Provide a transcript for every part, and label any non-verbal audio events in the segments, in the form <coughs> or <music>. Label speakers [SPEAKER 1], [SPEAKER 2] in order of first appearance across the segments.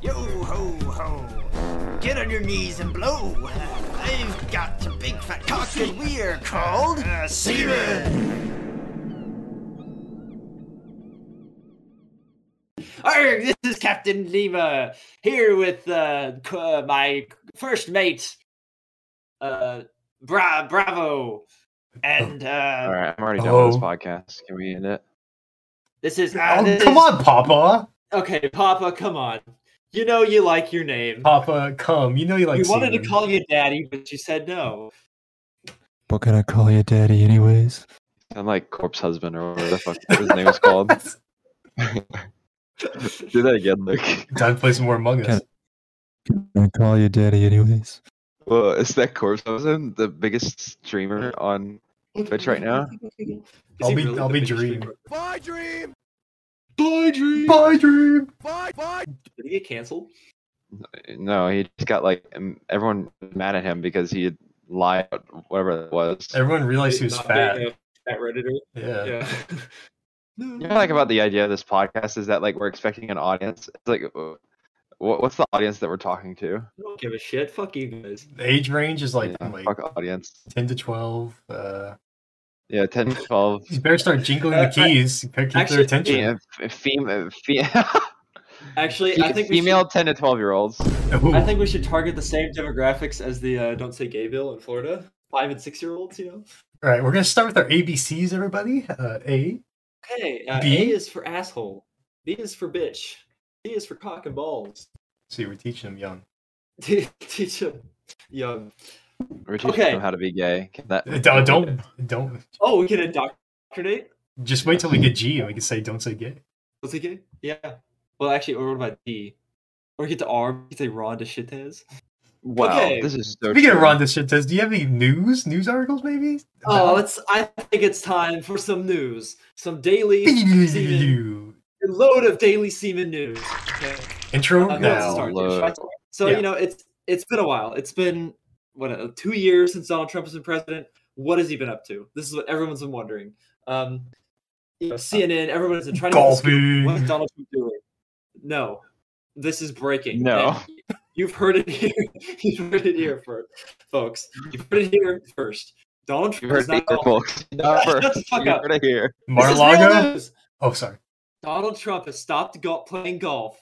[SPEAKER 1] Yo ho ho! Get on your knees and blow! I've got a big fat cock and we're called uh, a seaman! Arg, this is Captain Lima here with uh, c- uh, my first mate, uh, Bra- Bravo, and
[SPEAKER 2] All
[SPEAKER 1] uh,
[SPEAKER 2] right, I'm already done with
[SPEAKER 3] Oh.
[SPEAKER 2] this podcast. Can we end it?
[SPEAKER 1] this is uh,
[SPEAKER 3] Oh,
[SPEAKER 1] this
[SPEAKER 3] come
[SPEAKER 1] is-
[SPEAKER 3] on, Papa.
[SPEAKER 1] Okay, Papa, come on. You know you like your name.
[SPEAKER 3] Papa, come. You know you like.
[SPEAKER 1] we wanted to
[SPEAKER 3] semen.
[SPEAKER 1] call you Daddy, but you said no.
[SPEAKER 4] What can I call you, Daddy? Anyways,
[SPEAKER 2] Sound like Corpse Husband or whatever the fuck his name
[SPEAKER 3] <laughs>
[SPEAKER 2] is called. <laughs> Do that again, Luke.
[SPEAKER 3] Time to play some more Among Us.
[SPEAKER 4] Can- can I call you Daddy? Anyways,
[SPEAKER 2] Well, it's that Corpse Husband, the biggest streamer on Twitch right now.
[SPEAKER 1] Is
[SPEAKER 3] I'll
[SPEAKER 1] he
[SPEAKER 3] be-
[SPEAKER 1] really
[SPEAKER 3] I'll
[SPEAKER 1] the
[SPEAKER 3] be
[SPEAKER 1] biggest
[SPEAKER 3] Dream.
[SPEAKER 1] streamer?
[SPEAKER 5] My dream!
[SPEAKER 1] Bye, Dream.
[SPEAKER 3] My dream.
[SPEAKER 5] My, my,
[SPEAKER 1] Did he get canceled?
[SPEAKER 2] No, he just got like m- everyone mad at him because he had lied about whatever it was.
[SPEAKER 3] Everyone realized he was
[SPEAKER 1] Not
[SPEAKER 3] fat.
[SPEAKER 1] being a uh, Fat redditor.
[SPEAKER 3] Yeah.
[SPEAKER 1] Yeah.
[SPEAKER 3] <laughs>
[SPEAKER 2] You know, like about the idea of this podcast is that like we're expecting an audience. It's like, uh, what, what's the audience that we're talking to?
[SPEAKER 1] I don't give a shit. Fuck you guys.
[SPEAKER 3] The age range is like,
[SPEAKER 2] yeah,
[SPEAKER 3] like
[SPEAKER 2] fuck audience.
[SPEAKER 3] ten to twelve. Uh,
[SPEAKER 2] Yeah, 10, 12.
[SPEAKER 3] you better start
[SPEAKER 1] <laughs>
[SPEAKER 3] jingling the
[SPEAKER 1] Uh, I-
[SPEAKER 3] keys. You better keep
[SPEAKER 1] actually-
[SPEAKER 3] their attention.
[SPEAKER 2] Yeah, f- fem- uh, fe- <laughs>
[SPEAKER 1] Actually, I think we
[SPEAKER 2] female 10 to 12 year olds.
[SPEAKER 3] Ooh.
[SPEAKER 1] Should, I think we should target the same demographics as the uh, don't say gay bill in Florida. Five and six year olds, you know.
[SPEAKER 3] All right, we're gonna start with our ABCs, everybody. Uh, A.
[SPEAKER 1] Okay. Uh,
[SPEAKER 3] B?
[SPEAKER 1] A is for asshole. B is for bitch. C is for cock and balls. <laughs>
[SPEAKER 3] So you were teaching them young.
[SPEAKER 1] Te- teach him young.
[SPEAKER 2] We're teaching
[SPEAKER 1] Okay.
[SPEAKER 2] them how to be gay. Can that,
[SPEAKER 3] Uh, Don't, don't, don't.
[SPEAKER 1] Oh, we can indoctrinate.
[SPEAKER 3] Just wait till we get G and we can say, "Don't say gay."
[SPEAKER 1] Was it gay? Yeah. Well, actually, or what about D? Or get to R? We could say Ron DeShittes.
[SPEAKER 2] Wow,
[SPEAKER 1] Okay.
[SPEAKER 2] this is so.
[SPEAKER 3] We get
[SPEAKER 2] true.
[SPEAKER 3] Ron this shit. Does do you have any news, news articles, maybe?
[SPEAKER 1] <laughs> Oh, it's. I think it's time for some news. Some <laughs> daily semen,
[SPEAKER 3] intro
[SPEAKER 1] a load of daily semen news. Okay. Uh, who wants to
[SPEAKER 2] Now,
[SPEAKER 3] now.
[SPEAKER 1] start? Should I
[SPEAKER 2] load.
[SPEAKER 1] start? So
[SPEAKER 3] Yeah.
[SPEAKER 1] you know, it's it's been a while. It's been what uh, two years since Donald Trump has been president. What has he been up to? This is what everyone's been wondering. Um, you know, CNN. Everyone's been trying to. get the scoop. What is
[SPEAKER 2] <laughs>
[SPEAKER 3] Golfing.
[SPEAKER 1] Donald Trump doing? No, this is breaking.
[SPEAKER 2] No.
[SPEAKER 1] And you've heard it here. <laughs> You've heard it here first, folks. You've heard it here first. Donald
[SPEAKER 2] You
[SPEAKER 1] Trump is
[SPEAKER 2] heard it here,
[SPEAKER 1] not. Donald- <laughs>
[SPEAKER 2] folks. You heard
[SPEAKER 1] Shut the fuck up.
[SPEAKER 2] it here.
[SPEAKER 1] This is real
[SPEAKER 3] Mar-a-Lago.
[SPEAKER 1] news.
[SPEAKER 3] Oh, sorry.
[SPEAKER 1] Donald Trump has stopped go- playing golf,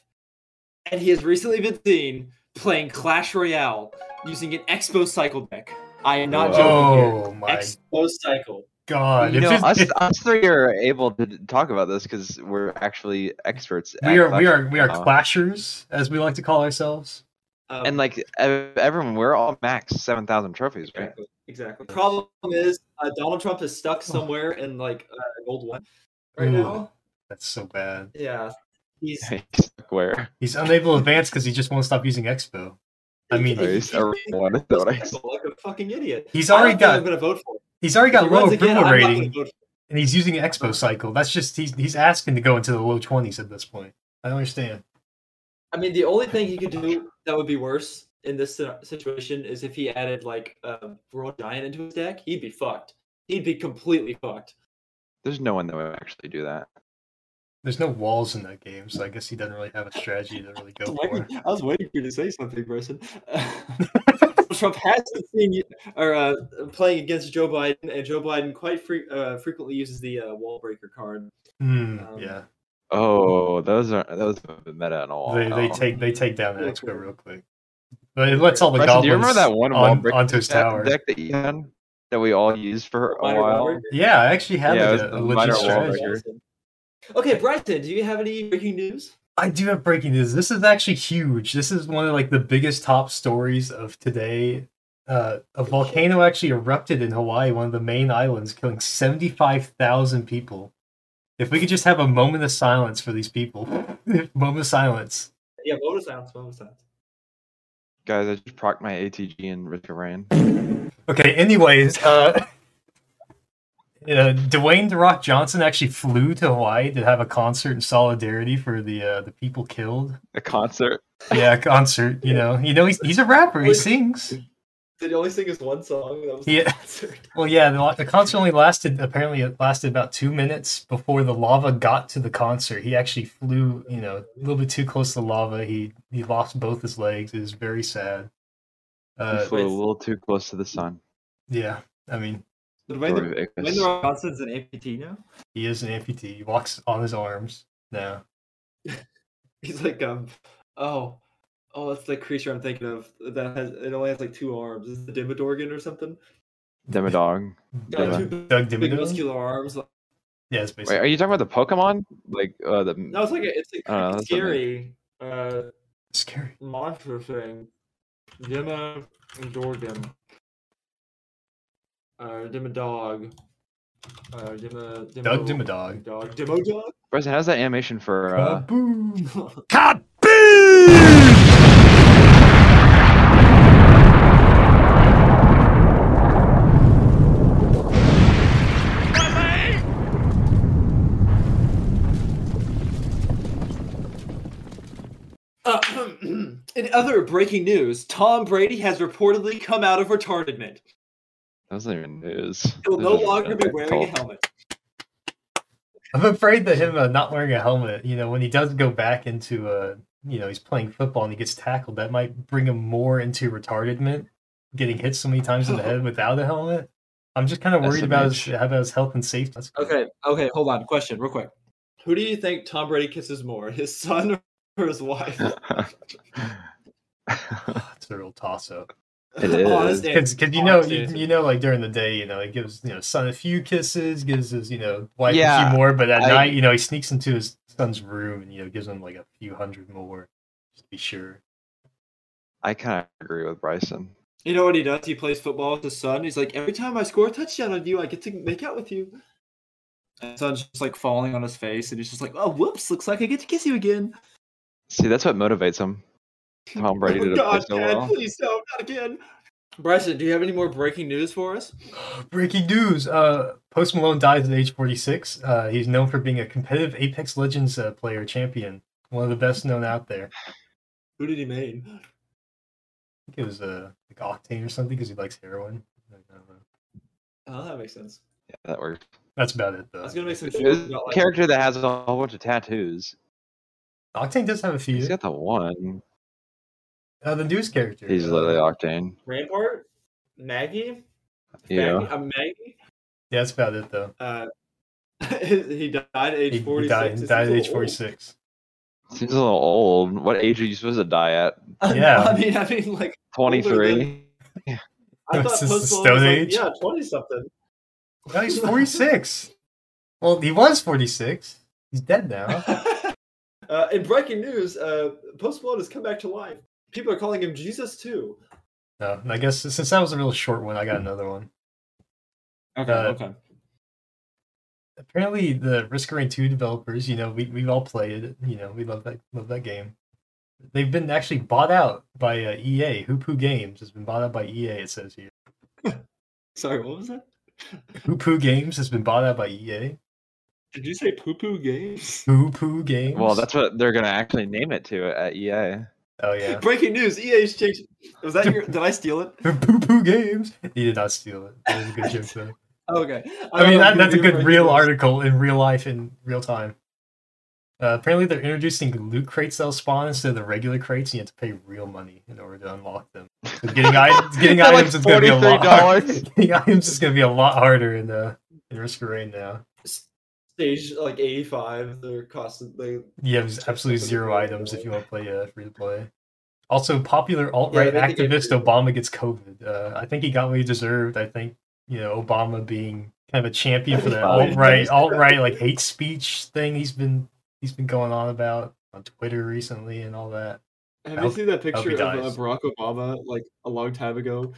[SPEAKER 1] and he has recently been seen playing Clash Royale using an Expo cycle deck. I am not joking here.
[SPEAKER 3] Oh my
[SPEAKER 1] Expo cycle.
[SPEAKER 3] god!
[SPEAKER 2] You
[SPEAKER 3] If
[SPEAKER 2] know,
[SPEAKER 3] it's-
[SPEAKER 2] us,
[SPEAKER 3] if-
[SPEAKER 2] us three are able to talk about this because we're actually experts.
[SPEAKER 3] we
[SPEAKER 2] at
[SPEAKER 3] are we
[SPEAKER 2] Clash
[SPEAKER 3] are we are
[SPEAKER 1] Uh-huh.
[SPEAKER 2] Royale.
[SPEAKER 3] clashers, as we like to call ourselves.
[SPEAKER 1] Um,
[SPEAKER 2] And like ev- everyone, we're all max seven thousand trophies, right?
[SPEAKER 1] exactly, exactly. Problem is, uh, Donald Trump is stuck somewhere in like uh, an old one right
[SPEAKER 3] Oh. Ooh.
[SPEAKER 1] now.
[SPEAKER 3] That's so bad.
[SPEAKER 1] Yeah,
[SPEAKER 2] <laughs>
[SPEAKER 1] he's <laughs>
[SPEAKER 2] Where?
[SPEAKER 3] He's unable to advance because he just won't stop using Expo. I mean,
[SPEAKER 1] Right.
[SPEAKER 2] Always everyone, is what I
[SPEAKER 1] he's like a fucking idiot.
[SPEAKER 3] he's
[SPEAKER 1] I don't
[SPEAKER 3] already
[SPEAKER 1] think I'm
[SPEAKER 3] got
[SPEAKER 1] gonna vote for. him.
[SPEAKER 3] he's already
[SPEAKER 1] If
[SPEAKER 3] got
[SPEAKER 1] he
[SPEAKER 3] low
[SPEAKER 1] runs again,
[SPEAKER 3] approval
[SPEAKER 1] I'm not gonna
[SPEAKER 3] rating,
[SPEAKER 1] vote for him.
[SPEAKER 3] and he's using Expo cycle. That's just he's he's asking to go into the low twenties at this point. I don't understand.
[SPEAKER 1] I mean, the only thing he could do that would be worse in this scenar- situation is if he added like um, World Giant into his deck, he'd be fucked. He'd be completely <laughs> fucked.
[SPEAKER 2] <laughs> There's no one that would actually do that.
[SPEAKER 3] There's no walls in that game, so I guess he doesn't really have a strategy to really go for.
[SPEAKER 1] I was waiting for you to say something, <laughs> Bryson. Trump has been seeing you, or uh, playing against Joe Biden, and Joe Biden quite fre- uh, frequently uses the uh, wall breaker card.
[SPEAKER 3] Hmm,
[SPEAKER 1] Um,
[SPEAKER 3] yeah,
[SPEAKER 2] Oh, those are those have been meta in a while.
[SPEAKER 3] they they
[SPEAKER 2] now.
[SPEAKER 3] take they take down that
[SPEAKER 1] Yeah,
[SPEAKER 3] Expo
[SPEAKER 1] cool.
[SPEAKER 3] real quick. But it lets all the
[SPEAKER 2] Preston,
[SPEAKER 3] goblins
[SPEAKER 2] do you remember that one wall
[SPEAKER 3] on,
[SPEAKER 2] break
[SPEAKER 3] onto his
[SPEAKER 2] that
[SPEAKER 3] tower.
[SPEAKER 2] deck that you had that we all used for a
[SPEAKER 1] Minor wall
[SPEAKER 2] while?
[SPEAKER 1] breaker.
[SPEAKER 3] Yeah, I actually have
[SPEAKER 2] Yeah,
[SPEAKER 3] like,
[SPEAKER 2] it was
[SPEAKER 3] a, a
[SPEAKER 2] the
[SPEAKER 3] legit
[SPEAKER 2] minor wall
[SPEAKER 3] strategy.
[SPEAKER 2] breaker.
[SPEAKER 1] Okay, Bryson, do you have any breaking news?
[SPEAKER 3] I do have breaking news. This is actually huge. This is one of like the biggest top stories of today. Uh, a volcano actually erupted in Hawaii, one of the main islands, killing seventy-five thousand people. If we could just have a moment of silence for these people, <laughs> moment of silence.
[SPEAKER 1] Yeah, bonus sounds, bonus sounds.
[SPEAKER 2] Guys, I just procked my ATG in Risk of Rain.
[SPEAKER 3] Okay. Anyways, uh, <laughs> uh, Dwayne the Rock Johnson actually flew to Hawaii to have a concert in solidarity for the uh, the people killed.
[SPEAKER 2] A concert.
[SPEAKER 3] Yeah, a concert. You know, you know, he's he's a rapper. He
[SPEAKER 1] Wait.
[SPEAKER 3] sings.
[SPEAKER 1] Did he only sing his one song? That was
[SPEAKER 3] Yeah.
[SPEAKER 1] the concert.
[SPEAKER 3] Well, yeah, the, the concert only lasted. Apparently, it lasted about two minutes before the lava got to the concert. He actually flew, you know, a little bit too close to the lava. He he lost both his legs. It was very sad. Uh,
[SPEAKER 2] flew a little too close to the sun.
[SPEAKER 3] yeah, I mean,
[SPEAKER 1] <laughs> Did
[SPEAKER 2] Story
[SPEAKER 1] Wayne
[SPEAKER 2] of
[SPEAKER 1] the,
[SPEAKER 2] Icarus.
[SPEAKER 1] Wayne the Rock Johnson's an amputee now?
[SPEAKER 3] he is an amputee. He walks on his arms now.
[SPEAKER 1] He's like, um, oh, oh, that's the creature I'm thinking of that has it only has like two arms. Is it the Dimmadorgan or something?
[SPEAKER 2] Demodog.
[SPEAKER 1] Got
[SPEAKER 2] Yeah.
[SPEAKER 1] two big,
[SPEAKER 3] Doug
[SPEAKER 1] big
[SPEAKER 3] Dimmadome.
[SPEAKER 1] muscular arms. Like,
[SPEAKER 3] Yeah, it's
[SPEAKER 2] Wait,
[SPEAKER 3] basically.
[SPEAKER 2] are you talking about the Pokemon? Like uh, the
[SPEAKER 1] no, it's like a, it's like
[SPEAKER 2] I don't know,
[SPEAKER 1] a
[SPEAKER 2] that's something.
[SPEAKER 1] scary uh,
[SPEAKER 3] Scary.
[SPEAKER 1] monster thing. Dimmadorgan. Uh, Dimmadog. Uh, Dimma, Dimmo,
[SPEAKER 3] Doug Dimmadog.
[SPEAKER 1] Dog. Dimmadog?
[SPEAKER 2] Bryson, how's that animation for uh,
[SPEAKER 3] Kaboom!
[SPEAKER 1] <coughs> Uh, <clears throat> in other breaking news, Tom Brady has reportedly come out of retardedment.
[SPEAKER 2] that wasn't even news.
[SPEAKER 1] He will
[SPEAKER 2] This
[SPEAKER 1] no
[SPEAKER 2] is
[SPEAKER 1] longer be
[SPEAKER 2] a
[SPEAKER 1] wearing a
[SPEAKER 2] cult.
[SPEAKER 1] helmet.
[SPEAKER 3] I'm afraid that him uh, not wearing a helmet, you know, when he does go back into uh, you know, he's playing football and he gets tackled, that might bring him more into retardedment, getting hit so many times in the <gasps> head without a helmet. I'm just kind of
[SPEAKER 2] That's
[SPEAKER 3] worried
[SPEAKER 2] some
[SPEAKER 3] about
[SPEAKER 2] weird
[SPEAKER 3] his,
[SPEAKER 2] shit.
[SPEAKER 3] about his health and safety. That's- <laughs>
[SPEAKER 1] Okay, okay, hold on. Question, real quick. Who do you think Tom Brady kisses more, his son or his wife?
[SPEAKER 3] It's a real toss up.
[SPEAKER 2] It
[SPEAKER 1] <laughs>
[SPEAKER 2] is.
[SPEAKER 1] Honest answer.
[SPEAKER 3] Because you know,
[SPEAKER 1] honest
[SPEAKER 3] you,
[SPEAKER 1] answer.
[SPEAKER 3] you know, like during the day, you know, he gives, you know, son a few kisses, gives his, you know, wife a
[SPEAKER 2] Yeah,
[SPEAKER 3] few more, but at
[SPEAKER 2] I-
[SPEAKER 3] night, you know, he sneaks into his son's room and, you know, gives him like a few hundred more just to be sure.
[SPEAKER 2] <laughs> I kind of agree with Bryson.
[SPEAKER 1] You know what he does? He plays football with his son. He's like, every time I score a touchdown on you, I get to make out with you. And his son's just like falling on his face, and he's just like, oh, whoops, looks like I get to kiss you again.
[SPEAKER 2] See, that's what motivates him. Tom Brady did
[SPEAKER 1] oh, <laughs>
[SPEAKER 2] it play
[SPEAKER 1] God,
[SPEAKER 2] so
[SPEAKER 1] Dad,
[SPEAKER 2] well.
[SPEAKER 1] please no, not again. Bryson, do you have any more breaking news for us?
[SPEAKER 3] Breaking news: uh, Post Malone dies at age 46. Uh, he's known for being a competitive Apex Legends uh, player champion, one of the best known out there.
[SPEAKER 1] Who did he main?
[SPEAKER 3] I think it was uh, like Octane or something because he likes heroin. Like, I don't know.
[SPEAKER 1] Oh, that makes sense.
[SPEAKER 2] Yeah, that works.
[SPEAKER 3] That's about it though.
[SPEAKER 1] I was gonna make some
[SPEAKER 2] It
[SPEAKER 1] joke
[SPEAKER 2] was
[SPEAKER 1] about
[SPEAKER 2] a
[SPEAKER 1] like,
[SPEAKER 2] character that has a whole bunch of tattoos.
[SPEAKER 3] Octane does have a few.
[SPEAKER 2] He's got the one.
[SPEAKER 3] uh, the news character.
[SPEAKER 2] He's
[SPEAKER 3] uh,
[SPEAKER 2] literally Octane.
[SPEAKER 1] Rampart, Maggie, Maggie,
[SPEAKER 2] Yeah.
[SPEAKER 1] uh, Maggie.
[SPEAKER 3] Yeah, that's about it though.
[SPEAKER 1] Uh, <laughs> he died at
[SPEAKER 3] He,
[SPEAKER 1] age
[SPEAKER 3] he
[SPEAKER 1] forty six.
[SPEAKER 3] died, died at age 46.
[SPEAKER 2] Seems a little old. What age are you supposed to die at?
[SPEAKER 3] Yeah.
[SPEAKER 1] <laughs> I mean, I mean, like
[SPEAKER 2] Twenty three.
[SPEAKER 1] I
[SPEAKER 3] This
[SPEAKER 1] thought
[SPEAKER 3] is the
[SPEAKER 1] Post Malone
[SPEAKER 3] Stone
[SPEAKER 1] was like,
[SPEAKER 3] Age?
[SPEAKER 1] yeah, twenty something.
[SPEAKER 3] No, he's 46. well, he was 46. He's dead now.
[SPEAKER 1] <laughs>
[SPEAKER 3] <laughs>
[SPEAKER 1] uh, in breaking news, uh, Post Malone has come back to life. People are calling him Jesus too.
[SPEAKER 3] No, I guess since that was a real short one, I got another one.
[SPEAKER 1] Okay,
[SPEAKER 3] Uh,
[SPEAKER 1] okay.
[SPEAKER 3] apparently the Risk of Rain 2 developers, you know, we, we've all played it, you know, we love that love that game. They've been actually bought out by uh, EA. Hoop Hoo Games has been bought out by EA, it says here.
[SPEAKER 1] Sorry, what was that?
[SPEAKER 3] Hoop Hoo Games has been bought out by E EA.
[SPEAKER 1] Did you say poo poo games?
[SPEAKER 3] Hoop Hoo Games.
[SPEAKER 2] Well, that's what they're gonna actually name it to at E EA.
[SPEAKER 3] Oh, <laughs> yeah. <laughs>
[SPEAKER 1] Breaking news: EA's changed. Was that your? Did I steal it?
[SPEAKER 3] Hoop Hoo Games. He did not steal it. That was a good joke, though.
[SPEAKER 1] <laughs> Okay.
[SPEAKER 3] I
[SPEAKER 1] don't know
[SPEAKER 3] mean, that,
[SPEAKER 1] if
[SPEAKER 3] that's a
[SPEAKER 1] you're
[SPEAKER 3] good
[SPEAKER 1] breaking
[SPEAKER 3] real
[SPEAKER 1] news.
[SPEAKER 3] article in real life in real time. Uh, apparently, they're introducing loot crates that'll spawn instead of the regular crates, and you have to pay real money in order to unlock them. So getting
[SPEAKER 2] <laughs>
[SPEAKER 3] items, getting
[SPEAKER 2] They're like
[SPEAKER 3] items is going to be a lot. Hard.
[SPEAKER 2] $43.
[SPEAKER 3] <laughs> Getting items is going to be a lot harder in uh, in Risk of Rain now.
[SPEAKER 1] stage like 85 they're constantly
[SPEAKER 3] You have absolutely zero items if you want to play uh, free to play. Also, popular alt right
[SPEAKER 1] Yeah, I think they gave
[SPEAKER 3] activist Obama gets COVID. Uh, I think he got what he deserved. I think you know Obama being kind of a champion for the
[SPEAKER 2] Probably.
[SPEAKER 3] alt right, alt right like hate speech thing he's been he's been going on about on Twitter recently and all that.
[SPEAKER 1] have you
[SPEAKER 3] Hope-
[SPEAKER 1] seen that picture of uh,
[SPEAKER 3] dies.
[SPEAKER 1] barack obama like a long time ago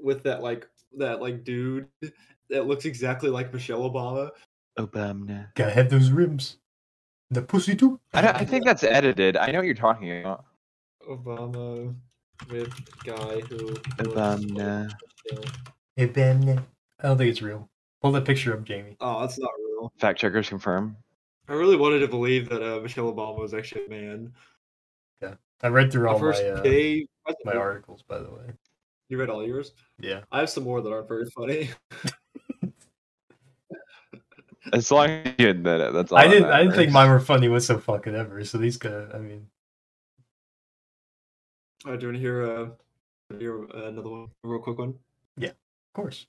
[SPEAKER 1] with that like that like dude that looks exactly like michelle obama
[SPEAKER 2] Obama.
[SPEAKER 3] Gotta have those rims, the pussy too.
[SPEAKER 2] I, don't, I think that's edited. I know what you're talking about.
[SPEAKER 1] obama with guy who looks like
[SPEAKER 2] Obama.
[SPEAKER 1] Michelle.
[SPEAKER 3] Hey, Ben. I don't think it's real. Pull that picture up, Jamie.
[SPEAKER 1] oh that's not real
[SPEAKER 2] Fact checkers confirm.
[SPEAKER 1] i really wanted to believe that uh, michelle obama was actually a man
[SPEAKER 3] I read through
[SPEAKER 1] my
[SPEAKER 3] all
[SPEAKER 1] first
[SPEAKER 3] my uh,
[SPEAKER 1] gay
[SPEAKER 3] my
[SPEAKER 1] president.
[SPEAKER 3] articles, by the way.
[SPEAKER 1] You read all yours?
[SPEAKER 3] Yeah.
[SPEAKER 1] I have some more that aren't very funny. <laughs>
[SPEAKER 2] As long as you admit it, that's all.
[SPEAKER 3] I
[SPEAKER 2] that
[SPEAKER 3] didn't. I didn't think
[SPEAKER 2] matters.
[SPEAKER 1] <laughs>
[SPEAKER 3] mine were funny was so fucking ever. So these gonna. I mean,
[SPEAKER 1] All right, do you want to hear, uh, hear uh, another one? A real quick one?
[SPEAKER 3] of course.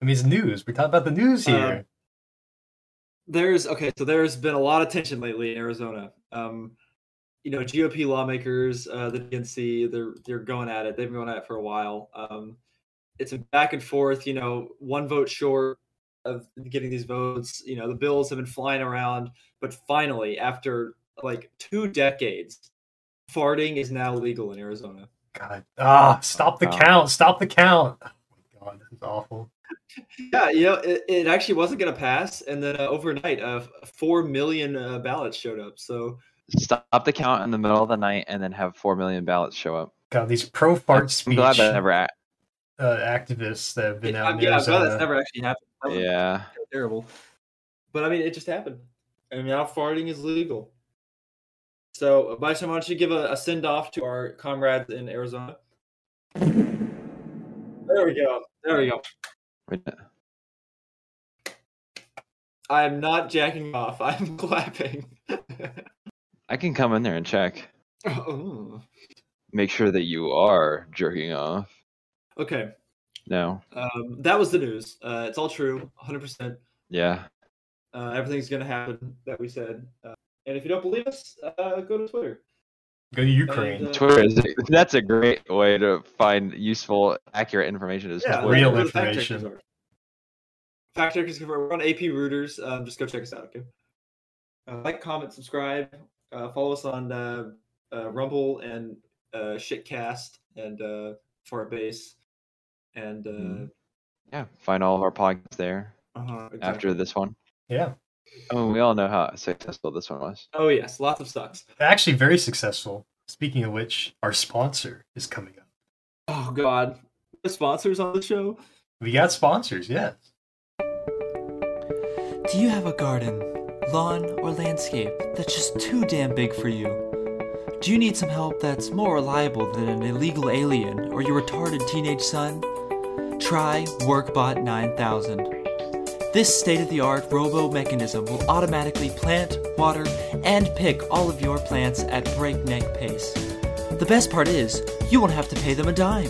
[SPEAKER 3] I mean, it's news. We're talking about the news
[SPEAKER 1] Uh,
[SPEAKER 3] here.
[SPEAKER 1] there's okay so there's been a lot of tension lately in arizona um you know gop lawmakers uh the dnc they're they're going at it they've been going at it for a while um it's a back and forth you know one vote short of getting these votes you know the bills have been flying around but finally after like two decades farting is now legal in arizona
[SPEAKER 3] God. Ah, stop the
[SPEAKER 1] uh,
[SPEAKER 2] Wow.
[SPEAKER 3] count. Stop the count. Oh my god, this is awful.
[SPEAKER 1] yeah you know it, it actually wasn't going to pass and then uh, overnight uh, f- four million uh, ballots showed up so
[SPEAKER 2] Stop the count in the middle of the night and then have four million ballots show up.
[SPEAKER 3] God, these pro fart
[SPEAKER 2] I'm
[SPEAKER 3] speech uh,
[SPEAKER 2] glad that never. a-
[SPEAKER 3] activists that have been
[SPEAKER 1] Yeah,
[SPEAKER 3] out uh,
[SPEAKER 1] I'm, yeah, I'm
[SPEAKER 3] in
[SPEAKER 1] glad
[SPEAKER 3] Arizona.
[SPEAKER 1] that's never actually happened. That was
[SPEAKER 2] Yeah,
[SPEAKER 1] terrible. But I mean, it just happened, and now farting is legal. So, Bison, why don't you give a, a send off to our comrades in Arizona? There we go. There we go.
[SPEAKER 2] We-
[SPEAKER 1] I'm not jacking off. <laughs> I'm clapping.
[SPEAKER 2] I can come in there and check.
[SPEAKER 1] Oh.
[SPEAKER 2] Make sure that you are jerking off.
[SPEAKER 1] okay.
[SPEAKER 2] No.
[SPEAKER 1] Um, that was the news. Uh, it's all true, 100%.
[SPEAKER 2] Yeah.
[SPEAKER 1] Uh, everything's going to happen that we said. Uh, and if you don't believe us, uh, go to Twitter.
[SPEAKER 3] Go to Ukraine.
[SPEAKER 1] uh,
[SPEAKER 2] Twitter is <laughs> that's a great way to find useful, accurate information. Is
[SPEAKER 1] Yeah,
[SPEAKER 2] Twitter.
[SPEAKER 3] real
[SPEAKER 1] go to fact checkers
[SPEAKER 3] information.
[SPEAKER 1] are. Fact checkers, confirm. we're on AP Rooters. Um, just go check us out, okay? Uh, like, comment, subscribe. Uh, follow us on uh, uh, Rumble and uh, Shitcast and uh, Fart Base. And uh,
[SPEAKER 3] Mm-hmm.
[SPEAKER 2] Mhm. Yeah, find all of our podcasts there
[SPEAKER 1] uh-huh,
[SPEAKER 2] after
[SPEAKER 1] exactly.
[SPEAKER 2] this one.
[SPEAKER 3] Yeah,
[SPEAKER 2] Oh, we all know how successful this one was.
[SPEAKER 1] Oh, yes, lots of sucks.
[SPEAKER 3] actually, very successful. Speaking of which, our sponsor is coming up.
[SPEAKER 1] Oh, God. The sponsors on the show?
[SPEAKER 3] We got sponsors. Yes.
[SPEAKER 5] Do you have a garden, lawn, or landscape that's just too damn big for you? Do you need some help that's more reliable than an illegal alien or your retarded teenage son? Try WorkBot 9000. This state of the art robo mechanism will automatically plant, water, and pick all of your plants at breakneck pace. The best part is, you won't have to pay them a dime.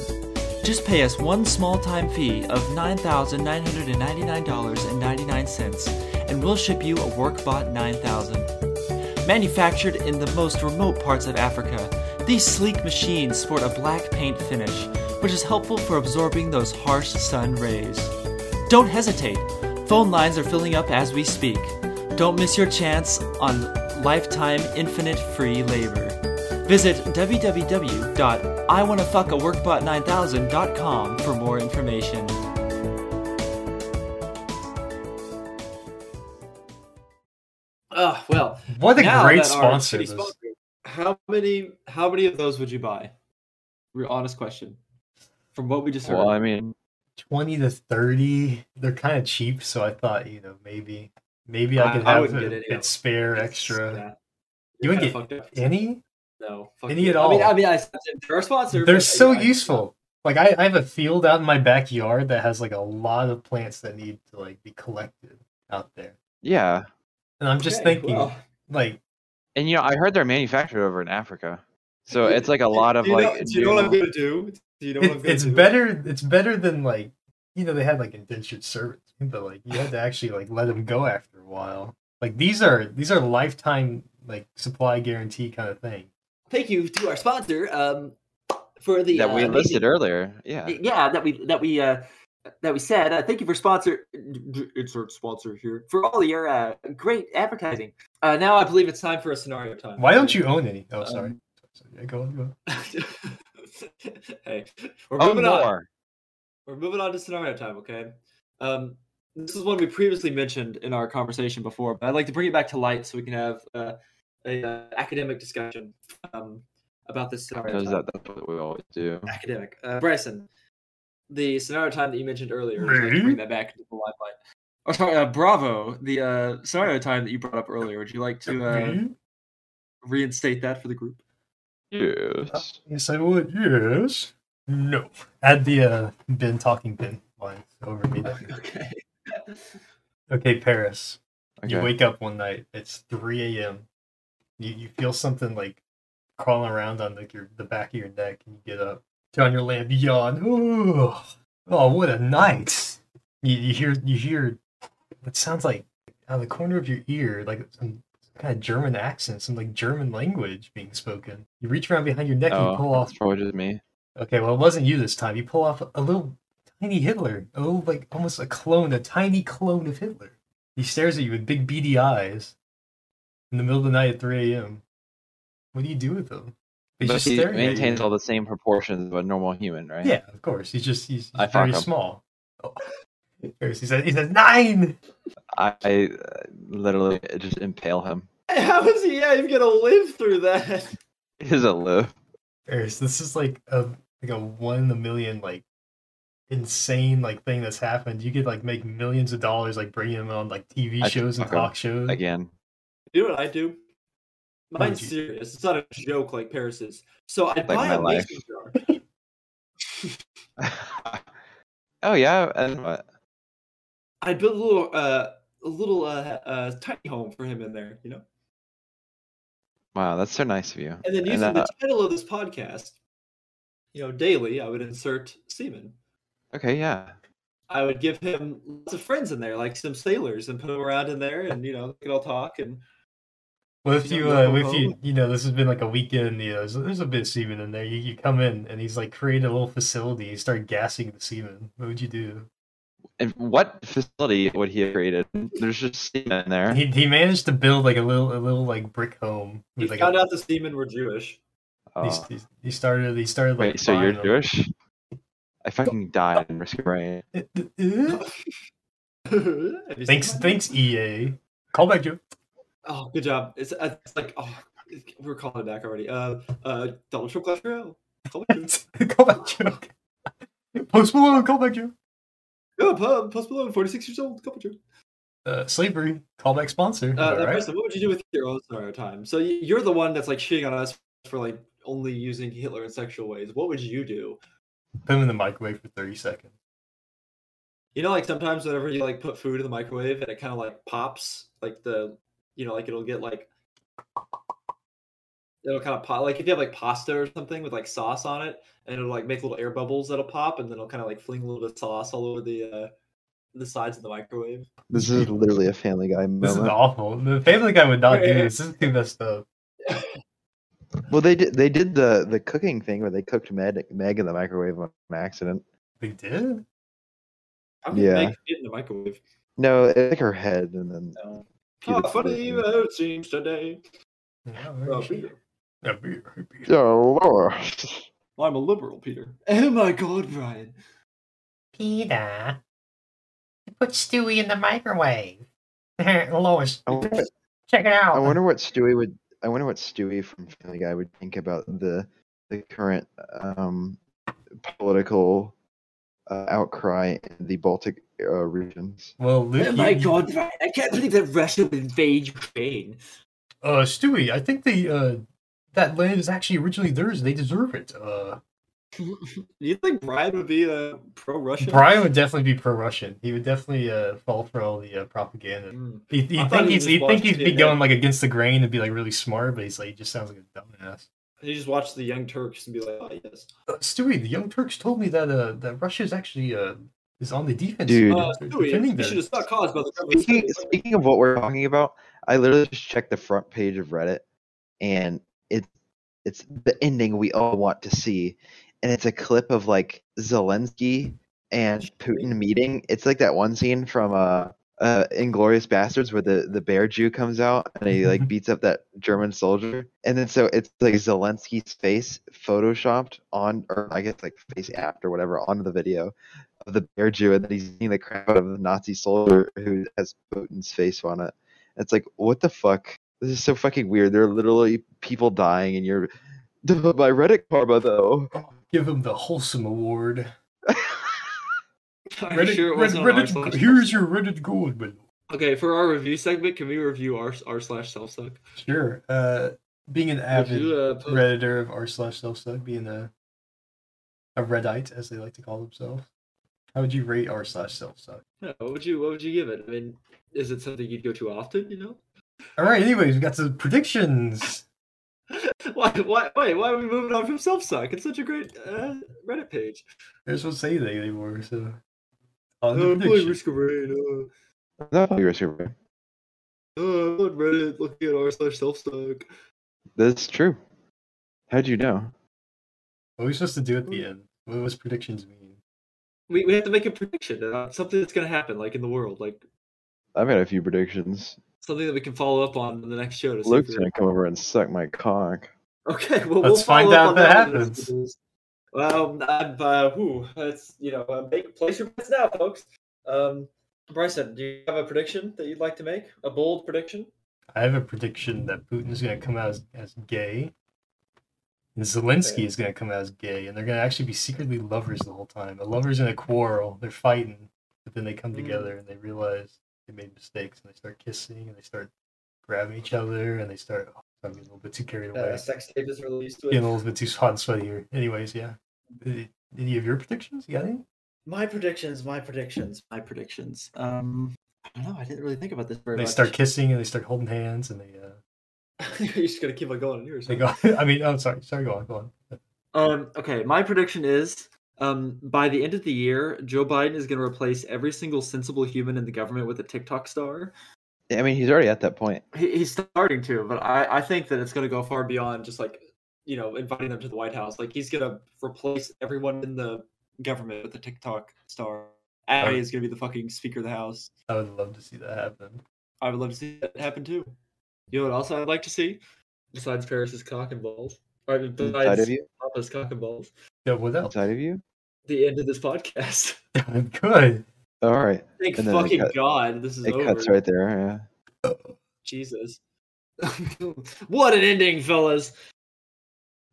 [SPEAKER 5] Just pay us one small time fee of $9,999.99 and we'll ship you a WorkBot 9000. Manufactured in the most remote parts of Africa, these sleek machines sport a black paint finish, which is helpful for absorbing those harsh sun rays. Don't hesitate. Phone lines are filling up as we speak. Don't miss your chance on lifetime infinite free labor. Visit www.iwannafuckaworkbot9000.com for more information.
[SPEAKER 1] Uh, well,
[SPEAKER 3] What a
[SPEAKER 1] now
[SPEAKER 3] great
[SPEAKER 1] that our
[SPEAKER 3] sponsor.
[SPEAKER 1] shitty
[SPEAKER 3] this-
[SPEAKER 1] sponsor- How many? How many of those would you buy? Real honest question. From what we just heard,
[SPEAKER 2] Well, I mean,
[SPEAKER 3] 20 to 30 they're kind of cheap so i thought you know maybe maybe i
[SPEAKER 1] I-
[SPEAKER 3] could
[SPEAKER 1] I
[SPEAKER 3] have
[SPEAKER 1] wouldn't
[SPEAKER 3] a
[SPEAKER 1] get any
[SPEAKER 3] bit
[SPEAKER 1] of
[SPEAKER 3] spare
[SPEAKER 1] It's-
[SPEAKER 3] extra
[SPEAKER 1] yeah.
[SPEAKER 3] You
[SPEAKER 1] You're
[SPEAKER 3] wouldn't
[SPEAKER 1] kinda fucked up.
[SPEAKER 3] any
[SPEAKER 1] No, fuck
[SPEAKER 3] any
[SPEAKER 1] you.
[SPEAKER 3] at
[SPEAKER 1] I mean,
[SPEAKER 3] all.
[SPEAKER 1] I mean, I, they're our sponsor.
[SPEAKER 3] they're
[SPEAKER 1] but,
[SPEAKER 3] so
[SPEAKER 1] yeah, I-
[SPEAKER 3] useful like I, I have a field out in my backyard that has like a lot of plants that need to like be collected out there
[SPEAKER 2] yeah,
[SPEAKER 3] and i'm just
[SPEAKER 1] Okay,
[SPEAKER 3] thinking
[SPEAKER 1] well,
[SPEAKER 3] like
[SPEAKER 2] and you know, I heard they're manufactured over in Africa, so it's like
[SPEAKER 1] <laughs>
[SPEAKER 2] a
[SPEAKER 1] do-
[SPEAKER 2] lot of
[SPEAKER 1] do you know-
[SPEAKER 2] like.
[SPEAKER 1] do you know what I'm
[SPEAKER 2] new-
[SPEAKER 1] gonna do? Do you know what I'm
[SPEAKER 3] it,
[SPEAKER 1] gonna
[SPEAKER 3] it's
[SPEAKER 1] do?
[SPEAKER 3] better it's better than like you know they had like indentured servants but like you had to actually like let them go after a while like these are these are lifetime like supply guarantee kind of thing
[SPEAKER 1] Thank you to our sponsor um, for the
[SPEAKER 2] that
[SPEAKER 1] uh,
[SPEAKER 2] we
[SPEAKER 1] amazing-
[SPEAKER 2] listed earlier. Yeah.
[SPEAKER 1] yeah that we that we uh that we said uh, thank you for sponsor insert sponsor here for all your uh, great advertising uh now i believe it's time for a scenario time
[SPEAKER 3] Why don't you own any? Oh,
[SPEAKER 1] Um,
[SPEAKER 3] sorry. Sorry, yeah, go on, go on.
[SPEAKER 1] <laughs> hey we're
[SPEAKER 2] Oh,
[SPEAKER 1] moving on
[SPEAKER 2] more.
[SPEAKER 1] we're moving on to scenario time okay um this is one we previously mentioned in our conversation before but i'd like to bring it back to light so we can have uh, a uh, academic discussion um about this scenario
[SPEAKER 2] Knows
[SPEAKER 1] time.
[SPEAKER 2] that that's what we always do.
[SPEAKER 1] academic. Uh, Bryson, the scenario time that you mentioned earlier, would you like to
[SPEAKER 3] Me?
[SPEAKER 1] bring that back into the limelight. Or sorry, uh, Bravo, the uh, scenario time that you brought up earlier. Would you like to uh,
[SPEAKER 3] Mhm.
[SPEAKER 1] reinstate that for the group?
[SPEAKER 2] Yes.
[SPEAKER 3] yes, I would. Yes. No. Add the uh, been talking bin line over me. there.
[SPEAKER 1] <laughs> Okay. <laughs>
[SPEAKER 3] Okay, Paris. You
[SPEAKER 2] Okay.
[SPEAKER 3] wake up one night. It's 3 a.m. You, you feel something like crawling around on like your the back of your neck, and you get up, turn on your lamp, yawn. Ooh, oh, what a night! You, you hear you hear what sounds like out of the corner of your ear, like some kind of German accent, some like German language being spoken. You reach around behind your neck and you pull
[SPEAKER 2] Oh,
[SPEAKER 3] off
[SPEAKER 2] that's probably just me.
[SPEAKER 3] Okay, well, it wasn't you this time. You pull off a little tiny Hitler. Oh, like almost a clone, a tiny clone of Hitler. He stares at you with big beady eyes in the middle of the night at 3 a.m. What do you do with him? He's
[SPEAKER 2] But
[SPEAKER 3] just
[SPEAKER 2] he
[SPEAKER 3] staring at
[SPEAKER 2] maintains
[SPEAKER 3] you.
[SPEAKER 2] all the same proportions of a normal human, right?
[SPEAKER 3] Yeah, of course. He's just, he's,
[SPEAKER 2] I
[SPEAKER 3] he's very
[SPEAKER 2] fuck him.
[SPEAKER 3] small. Oh. He said, he said, nine!
[SPEAKER 2] I, I uh, literally just impale him. <laughs>
[SPEAKER 1] How is he yeah, even gonna live through that? <laughs>
[SPEAKER 2] It is a live.
[SPEAKER 3] Paris, this is like a like a one in a million like insane like thing that's happened. You could like make millions of dollars like bringing him on like TV
[SPEAKER 2] I
[SPEAKER 3] shows and
[SPEAKER 2] fuck him
[SPEAKER 3] talk shows.
[SPEAKER 2] Again, <laughs>
[SPEAKER 1] You know what I do?
[SPEAKER 3] What
[SPEAKER 1] Mine's
[SPEAKER 3] would
[SPEAKER 1] serious. It's not a joke like Paris's. So I buy
[SPEAKER 2] my
[SPEAKER 1] a
[SPEAKER 2] life.
[SPEAKER 1] mason jar.
[SPEAKER 2] oh yeah, and what?
[SPEAKER 1] I built a little, uh, a little uh, uh, tiny home for him in there, you know.
[SPEAKER 2] Wow, that's so nice of you.
[SPEAKER 1] And then using
[SPEAKER 2] uh,
[SPEAKER 1] the title of this podcast, you know, daily, I would insert semen.
[SPEAKER 2] uh, okay, yeah,
[SPEAKER 1] I would give him lots of friends in there, like some sailors, and put them around in there, and you know, they could all talk. And
[SPEAKER 3] What if
[SPEAKER 1] You
[SPEAKER 3] you,
[SPEAKER 1] don't
[SPEAKER 3] uh, what
[SPEAKER 1] know
[SPEAKER 3] if you, you know, this has been like a weekend, you know, there's, there's a bit of semen in there. You, you come in and he's like created a little facility. You start gassing the semen. What would you do?
[SPEAKER 2] And what facility would he have created? There's just semen in there.
[SPEAKER 3] He, he managed to build like a little, a little like brick home.
[SPEAKER 1] he
[SPEAKER 3] With, like,
[SPEAKER 1] found
[SPEAKER 3] a,
[SPEAKER 1] out the semen were Jewish. <laughs>
[SPEAKER 3] he,
[SPEAKER 2] Oh.
[SPEAKER 3] he- he started, he started like.
[SPEAKER 2] Wait, so you're
[SPEAKER 3] buying them.
[SPEAKER 2] Jewish? I fucking died in risk of rain.
[SPEAKER 1] Have you seen
[SPEAKER 3] thanks,
[SPEAKER 1] mine?
[SPEAKER 3] thanks, EA. Call back Joe.
[SPEAKER 1] Oh, good job. It's, uh, it's like oh, we're calling it back already. Uh, uh, Donald Trump left Row. Call back
[SPEAKER 3] <laughs>
[SPEAKER 1] Joe.
[SPEAKER 3] <laughs> call back Joe. Post Malone, call back Joe.
[SPEAKER 1] Yeah, Pub, Post Malone, 46 years old. Call back Joe.
[SPEAKER 3] Uh, slavery, call back sponsor.
[SPEAKER 1] Uh,
[SPEAKER 3] All
[SPEAKER 1] that
[SPEAKER 3] right.
[SPEAKER 1] person, what would you do with your own sorrow time? So y- you're the one that's like shitting on us for like only using Hitler in sexual ways. What would you do?
[SPEAKER 3] Put him in the microwave for 30 seconds.
[SPEAKER 1] You know, like sometimes whenever you like put food in the microwave and it kind of like pops, like the, you know, like it'll get like, it'll kind of pop. Like if you have like pasta or something with like sauce on it, and it'll like make little air bubbles that'll pop, and then it'll kind of like fling a little bit of sauce all over the uh, the sides of the microwave.
[SPEAKER 2] This is literally a Family Guy
[SPEAKER 3] This is awful. The Family Guy would not do
[SPEAKER 1] Yeah, yeah.
[SPEAKER 3] this. This is too messed up.
[SPEAKER 2] Well, they did they did the the cooking thing where they cooked Meg Meg in the microwave on accident.
[SPEAKER 3] They did?
[SPEAKER 1] How can you
[SPEAKER 2] Yeah.
[SPEAKER 1] make it in the microwave?
[SPEAKER 2] No, it like her head, and then
[SPEAKER 1] No.
[SPEAKER 2] Peter
[SPEAKER 1] How funny
[SPEAKER 2] Griffin.
[SPEAKER 1] it seems today.
[SPEAKER 3] Yeah,
[SPEAKER 1] Oh,
[SPEAKER 3] right.
[SPEAKER 1] Peter.
[SPEAKER 3] Yeah, beer, right,
[SPEAKER 2] <laughs>
[SPEAKER 3] beer.
[SPEAKER 2] oh Lord.
[SPEAKER 1] I'm a liberal, Peter. Oh my god, Brian.
[SPEAKER 6] Peter, you put Stewie in the microwave. <laughs> Lois,
[SPEAKER 2] I wonder, what-
[SPEAKER 6] check it out.
[SPEAKER 2] I wonder what Stewie would. I wonder what Stewie from Family Guy would think about the the current um, political uh, outcry in the Baltic uh, regions.
[SPEAKER 3] Well, Luke,
[SPEAKER 1] oh
[SPEAKER 3] you-
[SPEAKER 1] my
[SPEAKER 3] you-
[SPEAKER 1] god, Brian. I can't believe that Russia would invade Ukraine.
[SPEAKER 3] uh, Stewie, I think the uh, that land is actually originally theirs. They deserve it. Uh,
[SPEAKER 1] Do you think Brian would be uh, pro Russia?
[SPEAKER 3] Brian would definitely be pro-Russian. He would definitely uh, fall for all the uh, propaganda. He, he
[SPEAKER 1] I thought
[SPEAKER 3] think
[SPEAKER 1] he
[SPEAKER 3] he's
[SPEAKER 1] just
[SPEAKER 3] he think
[SPEAKER 1] watched
[SPEAKER 3] he'd be
[SPEAKER 1] CNN.
[SPEAKER 3] going like against the grain and be like really smart, but he's like he just sounds like a dumbass.
[SPEAKER 1] You just watch the Young Turks and be like, oh, yes.
[SPEAKER 3] Uh, Stewie, the Young Turks told me that uh, that Russia is actually uh, is on the defense.
[SPEAKER 2] Dude.
[SPEAKER 1] Uh,
[SPEAKER 3] They're defending
[SPEAKER 1] Stewie, you
[SPEAKER 3] their-
[SPEAKER 1] should have not caused by the government.
[SPEAKER 2] Speaking,
[SPEAKER 1] <laughs>
[SPEAKER 2] speaking of what we're talking about, I literally just checked the front page of Reddit, and it's it's the ending we all want to see, and it's a clip of like Zelensky and Putin meeting. It's like that one scene from uh, uh Inglorious Bastards where the the bear Jew comes out and he like beats up that German soldier, and then so it's like Zelensky's face photoshopped on, or I guess like face apt or whatever onto the video, of the bear Jew, and then he's eating the crap out of the Nazi soldier who has Putin's face on it. It's like, what the fuck? This is so fucking weird. There are literally people dying, and you're "Duh, my Reddit karma though. <laughs>
[SPEAKER 3] Give him the wholesome award.
[SPEAKER 1] Are you
[SPEAKER 3] Reddit,
[SPEAKER 1] sure it
[SPEAKER 3] Red-
[SPEAKER 1] wasn't on r
[SPEAKER 3] Reddit,
[SPEAKER 1] slash
[SPEAKER 3] here's
[SPEAKER 1] self-suck?
[SPEAKER 3] your Reddit gold, but
[SPEAKER 1] Okay, for our review segment, can we review r, r slash self suck?
[SPEAKER 3] Sure. Uh, being an
[SPEAKER 1] Would
[SPEAKER 3] avid
[SPEAKER 1] you, uh, put-
[SPEAKER 3] redditor of r slash self being a a redite, as they like to call themselves. How would you rate r slash self suck?
[SPEAKER 1] Yeah, what would you What would you give it? I mean, is it something you'd go to often? You know, <laughs>
[SPEAKER 3] All right. Anyways, we got some predictions.
[SPEAKER 1] why Why Wait, why are we moving on from self suck? It's such a great uh, Reddit page.
[SPEAKER 3] There's no say anything anymore. So,
[SPEAKER 1] Uh,
[SPEAKER 3] on the
[SPEAKER 1] I'm playing
[SPEAKER 3] predictions.
[SPEAKER 1] Risk of Rain. Uh,
[SPEAKER 2] That'll be super.
[SPEAKER 1] uh, I'm on Reddit looking at r slash self suck.
[SPEAKER 2] That's true. How'd you know?
[SPEAKER 3] What are we supposed to do at the end? What does predictions mean?
[SPEAKER 1] We we have to make a prediction about something that's gonna happen, like in the world, like
[SPEAKER 2] I've got a few predictions.
[SPEAKER 1] something that we can follow up on in the next show. To see if
[SPEAKER 2] Luke's
[SPEAKER 1] you're-
[SPEAKER 2] gonna come over and suck my cock.
[SPEAKER 1] <laughs> Okay, well, we'll
[SPEAKER 3] Let's find
[SPEAKER 1] follow up
[SPEAKER 3] out
[SPEAKER 1] on
[SPEAKER 3] if it
[SPEAKER 1] that one.
[SPEAKER 3] happens.
[SPEAKER 1] Well, I'm, uh, whew, that's you know, uh, make, place your bets now, folks. Um, Bryson, do you have a prediction that you'd like to make? A bold prediction?
[SPEAKER 3] I have a prediction that Putin's going to come out as, as gay, and Zelensky
[SPEAKER 1] Okay.
[SPEAKER 3] is going to come out as gay, and they're going to actually be secretly lovers the whole time. The lovers in a quarrel, they're fighting, but then they come
[SPEAKER 1] Mm.
[SPEAKER 3] together and they realize they made mistakes, and they start kissing, and they start grabbing each other, and they start. oh, I'm getting a little bit too carried
[SPEAKER 1] Uh,
[SPEAKER 3] away.
[SPEAKER 1] sex tape is released. With.
[SPEAKER 3] getting a little bit too hot and sweaty here. Anyways, yeah. Any any of your predictions? You got any?
[SPEAKER 1] my predictions, my predictions, my predictions. Um, I don't know. I didn't really think about this very
[SPEAKER 3] They
[SPEAKER 1] much. <laughs>
[SPEAKER 3] start kissing and they start holding hands and they uh,
[SPEAKER 1] You're just gonna keep on going on yours.
[SPEAKER 3] they
[SPEAKER 1] huh?
[SPEAKER 3] go. <laughs> I mean, oh, sorry, sorry, go on, go on.
[SPEAKER 1] Um, okay, my prediction is um, by the end of the year, Joe Biden is going to replace every single sensible human in the government with a TikTok star.
[SPEAKER 2] I mean, he's already at that point.
[SPEAKER 1] He, he's starting to, but I, I think that it's going to go far beyond just like, you know, inviting them to the White House. Like, he's going to replace everyone in the government with a TikTok star. Abby is going to be the fucking Speaker of the House.
[SPEAKER 3] I would love to see that happen.
[SPEAKER 1] I would love to see that happen too. You know what else I'd like to see? Besides Paris's cock and balls. Or
[SPEAKER 2] Inside of
[SPEAKER 1] besides
[SPEAKER 2] you?
[SPEAKER 1] Papa's cock and balls.
[SPEAKER 3] Yeah, what else?
[SPEAKER 2] Inside of you?
[SPEAKER 1] The end of this podcast. <laughs>
[SPEAKER 3] <laughs> Good.
[SPEAKER 2] All right.
[SPEAKER 1] Thank
[SPEAKER 2] And then it
[SPEAKER 1] fucking
[SPEAKER 2] cut-
[SPEAKER 1] God, this is
[SPEAKER 2] It
[SPEAKER 1] over.
[SPEAKER 2] cuts right there.
[SPEAKER 3] Oh,
[SPEAKER 1] Jesus. <laughs> what an ending, fellas.
[SPEAKER 2] Yeah.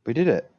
[SPEAKER 2] We did it.